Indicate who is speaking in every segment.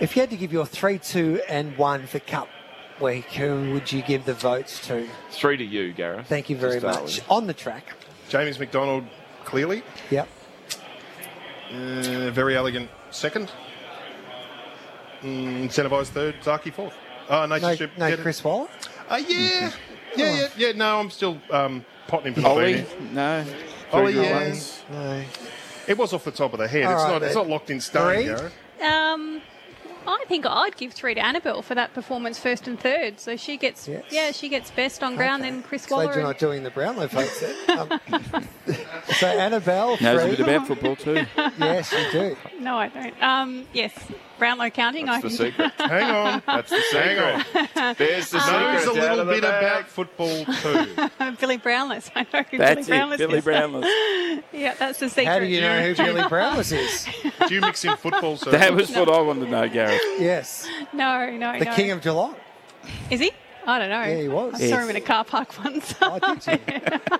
Speaker 1: If you had to give your three, two, and one for Cup Week, who would you give the votes to?
Speaker 2: Three to you, Gareth.
Speaker 1: Thank you
Speaker 2: to
Speaker 1: very
Speaker 2: start
Speaker 1: much.
Speaker 2: with.
Speaker 1: On the track.
Speaker 3: James McDonald, clearly.
Speaker 1: Yep.
Speaker 3: Uh, very elegant second. Mm, Incentivised third. Zaki fourth. Oh, no,
Speaker 1: No,
Speaker 3: Ship-
Speaker 1: no
Speaker 3: yeah.
Speaker 1: Chris Waller.
Speaker 3: Uh, yeah. Yeah, yeah, yeah. No, I'm still um, potting him for not being
Speaker 4: Ollie?
Speaker 3: here.
Speaker 4: No.
Speaker 3: Ollie,
Speaker 4: Three good
Speaker 3: yeah.
Speaker 4: ones.
Speaker 1: No.
Speaker 3: It was off the top of the head.
Speaker 1: All
Speaker 3: it's
Speaker 1: right,
Speaker 3: not. It's
Speaker 1: then.
Speaker 3: not locked in stone.
Speaker 1: Reed?
Speaker 3: Gareth.
Speaker 5: Um, I think I'd give three to Annabelle for that performance first and third. So she gets,
Speaker 1: Yes.
Speaker 5: yeah, she gets best on ground.
Speaker 1: Okay.
Speaker 5: Then Chris
Speaker 1: Glad
Speaker 5: Waller.
Speaker 1: you're not doing the Brownlow votes. then. Um, so Annabelle,
Speaker 4: Knows a
Speaker 1: three.
Speaker 4: bit about football too.
Speaker 1: yes, you do.
Speaker 5: and- no, I don't. Um, yes, Brownlow counting.
Speaker 2: That's
Speaker 5: I
Speaker 2: the
Speaker 5: can.
Speaker 2: secret.
Speaker 3: Hang on.
Speaker 2: That's the
Speaker 3: Hang
Speaker 2: secret. There's the secret.
Speaker 3: Knows a
Speaker 2: It's out
Speaker 3: little
Speaker 2: of the
Speaker 3: bit
Speaker 2: bag.
Speaker 3: about football too.
Speaker 5: Billy Brownless. I know who
Speaker 4: That's
Speaker 5: Billy
Speaker 4: it.
Speaker 5: Brownless
Speaker 4: Billy
Speaker 5: is.
Speaker 4: Brownless.
Speaker 5: Yeah, that's the secret.
Speaker 1: How do you know who Billy Brownless is?
Speaker 3: Do you mix in football? So
Speaker 4: That was what I wanted to know, Gareth.
Speaker 1: Yes,
Speaker 5: No, no,
Speaker 1: the
Speaker 5: no.
Speaker 1: King of Geelong.
Speaker 5: Is he? I don't know.
Speaker 1: Yeah, he was.
Speaker 5: I
Speaker 4: Yes.
Speaker 5: saw him in a car park once.
Speaker 1: I think so.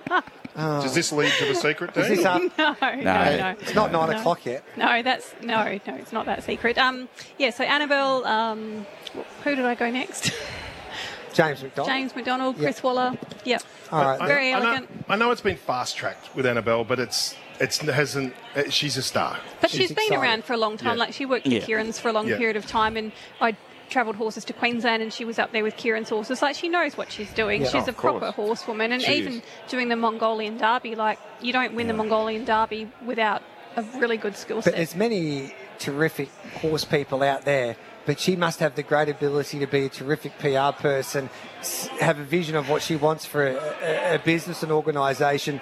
Speaker 3: does this lead to the secret?
Speaker 1: Oh. Is this
Speaker 3: Dan?
Speaker 1: up?
Speaker 5: no, no, no.
Speaker 1: It's not nine
Speaker 5: No.
Speaker 1: o'clock yet.
Speaker 5: No, that's no, no. It's not that secret. Um, yeah. So Annabelle. Um, wh- who did I go next?
Speaker 1: James McDonald.
Speaker 5: James McDonald,
Speaker 1: Yeah.
Speaker 5: Chris Waller. Yep.
Speaker 1: All right. then.
Speaker 5: Very
Speaker 3: I know,
Speaker 5: elegant.
Speaker 3: I know it's been fast tracked with Annabelle, but it's it's hasn't. uh, She's a star.
Speaker 5: But
Speaker 1: She's
Speaker 5: she's been
Speaker 1: excited.
Speaker 5: around for a long time.
Speaker 3: Yeah.
Speaker 5: Like she worked
Speaker 4: Yeah.
Speaker 5: with Kieran's for a long
Speaker 3: Yeah.
Speaker 5: period of time, and I travelled horses to Queensland, and she was up there with Kieran's horses. Like she knows what she's doing.
Speaker 1: Yeah.
Speaker 5: she's
Speaker 2: Oh,
Speaker 5: a
Speaker 2: of course.
Speaker 5: proper horsewoman, and
Speaker 2: She
Speaker 5: even
Speaker 2: is.
Speaker 5: doing the Mongolian Derby. Like you don't win the Mongolian Derby without a really good skill
Speaker 1: But
Speaker 5: set.
Speaker 1: there's many terrific horse people out there, but she must have the great ability to be a terrific PR person, s- have a vision of what she wants for a, a, a business and organisation,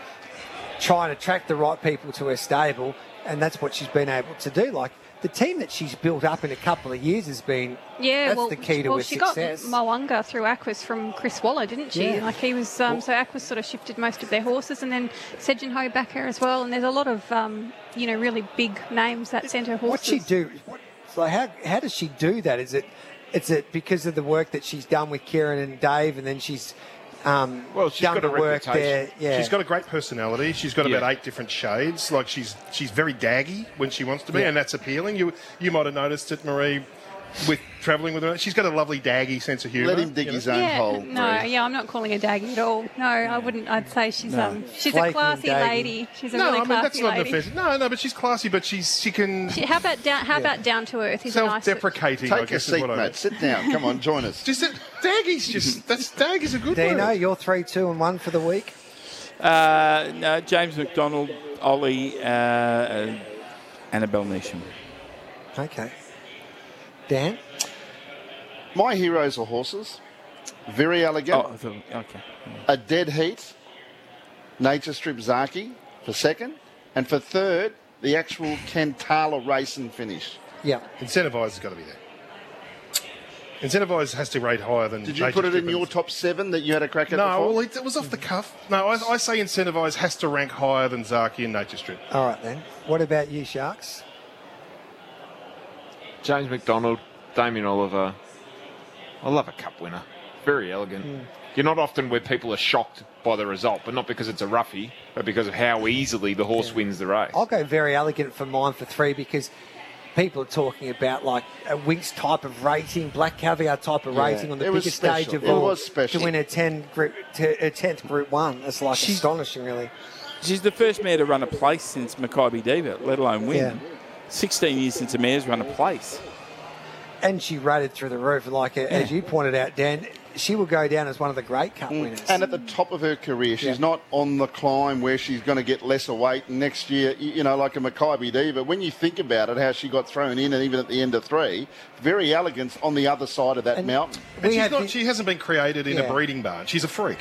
Speaker 1: try and attract the right people to her stable, and that's what she's been able to do. Like the team that she's built up in a couple of years has been
Speaker 5: Yeah,
Speaker 1: that's
Speaker 5: well,
Speaker 1: the key to
Speaker 5: well,
Speaker 1: her
Speaker 5: she
Speaker 1: success.
Speaker 5: got Moanga through Aquas from Chris Waller, didn't she?
Speaker 1: Yeah.
Speaker 5: Like he was, um, so Aquas sort of shifted most of their horses, and then Sejin Ho back here as well. And there's a lot of, um, you know, really big names that sent her
Speaker 1: What
Speaker 5: horses.
Speaker 1: she do? What, so how how does she do that? Is it is it because of the work that she's done with Kieran and Dave, and then she's um,
Speaker 2: Well, she's
Speaker 1: done
Speaker 2: got
Speaker 1: the
Speaker 2: a
Speaker 1: work there?
Speaker 2: reputation.
Speaker 1: Yeah,
Speaker 3: She's got a great personality. She's got
Speaker 2: Yeah.
Speaker 3: about eight different shades. Like she's she's very daggy when she wants to be,
Speaker 1: Yeah.
Speaker 3: and that's appealing. You you might have noticed it, Marie, with travelling with her. She's got a lovely daggy sense of humour.
Speaker 6: Let him dig
Speaker 3: you know?
Speaker 6: his own
Speaker 5: yeah,
Speaker 6: hole.
Speaker 5: no,
Speaker 6: Bree.
Speaker 5: yeah, I'm not calling her daggy at all. No, I wouldn't. I'd say she's um, she's
Speaker 1: Flaky
Speaker 5: a classy
Speaker 1: daggy.
Speaker 5: lady. She's a
Speaker 3: No,
Speaker 5: really
Speaker 3: I mean that's
Speaker 5: classy
Speaker 3: not an
Speaker 5: lady.
Speaker 3: offensive. No, no, but she's classy. But she's she can
Speaker 5: She- how about down? How about down to earth? Is a nice-
Speaker 3: self-deprecating. I
Speaker 6: Take a
Speaker 3: guess
Speaker 6: seat,
Speaker 3: is what I mean.
Speaker 6: mate. Sit down. Come on, join us.
Speaker 3: Just that daggy's just that's daggy's a good
Speaker 1: Dino,
Speaker 3: word.
Speaker 1: you're three, two, and one for the week.
Speaker 4: Uh, no, James McDonald, Ollie, uh, uh, Annabelle Nisham.
Speaker 1: Okay, Dan.
Speaker 6: My heroes are horses. Very elegant.
Speaker 4: Oh, I thought- okay.
Speaker 6: A dead heat. Nature Strip Zaki for second. And for third, the actual Kantala race and finish.
Speaker 1: Yeah,
Speaker 3: Incentivise has got to be there. Incentivise has to rate higher than.
Speaker 6: Did you
Speaker 3: Nature
Speaker 6: put it in
Speaker 3: Strip
Speaker 6: your
Speaker 3: and-
Speaker 6: top seven that you had a crack at
Speaker 3: No, well,
Speaker 6: before?
Speaker 3: it, it was off the cuff. No, I, I say Incentivise has to rank higher than Zaki and Nature Strip.
Speaker 1: all right then. What about you, Sharks?
Speaker 2: James McDonald, Damien Oliver. I love a cup winner. Very elegant. You're not often where people are shocked by the result, but not because it's a roughie, but because of how easily the horse wins the race.
Speaker 1: I'll go very elegant for mine for three because people are talking about like a Winx type of rating, black caviar type of
Speaker 6: Yeah,
Speaker 1: rating on the
Speaker 6: it was
Speaker 1: biggest
Speaker 6: special.
Speaker 1: stage of
Speaker 6: It
Speaker 1: all
Speaker 6: was special.
Speaker 1: to win a ten group, to, a tenth Group One. It's like
Speaker 4: She's-
Speaker 1: astonishing, really.
Speaker 4: She's the first mare to run a place since Maccabi Diva, let alone win.
Speaker 1: Yeah.
Speaker 4: 16 years since a mare's run a place.
Speaker 1: And she rated through the roof, like uh, as you pointed out, Dan. She will go down as one of the great cup
Speaker 3: Mm.
Speaker 1: winners.
Speaker 6: And
Speaker 3: uh,
Speaker 6: at the top of her career, she's
Speaker 1: Yeah.
Speaker 6: not on the climb where she's going to get lesser weight next year, y- you know, like a Maccabi Diva. When you think about it, how she got thrown in and even at the end of three, very elegant on the other side of that
Speaker 1: And-
Speaker 6: mountain.
Speaker 3: And she's
Speaker 1: had
Speaker 3: not,
Speaker 1: the-
Speaker 3: she hasn't been created in
Speaker 1: Yeah.
Speaker 3: a breeding barn. She's a freak.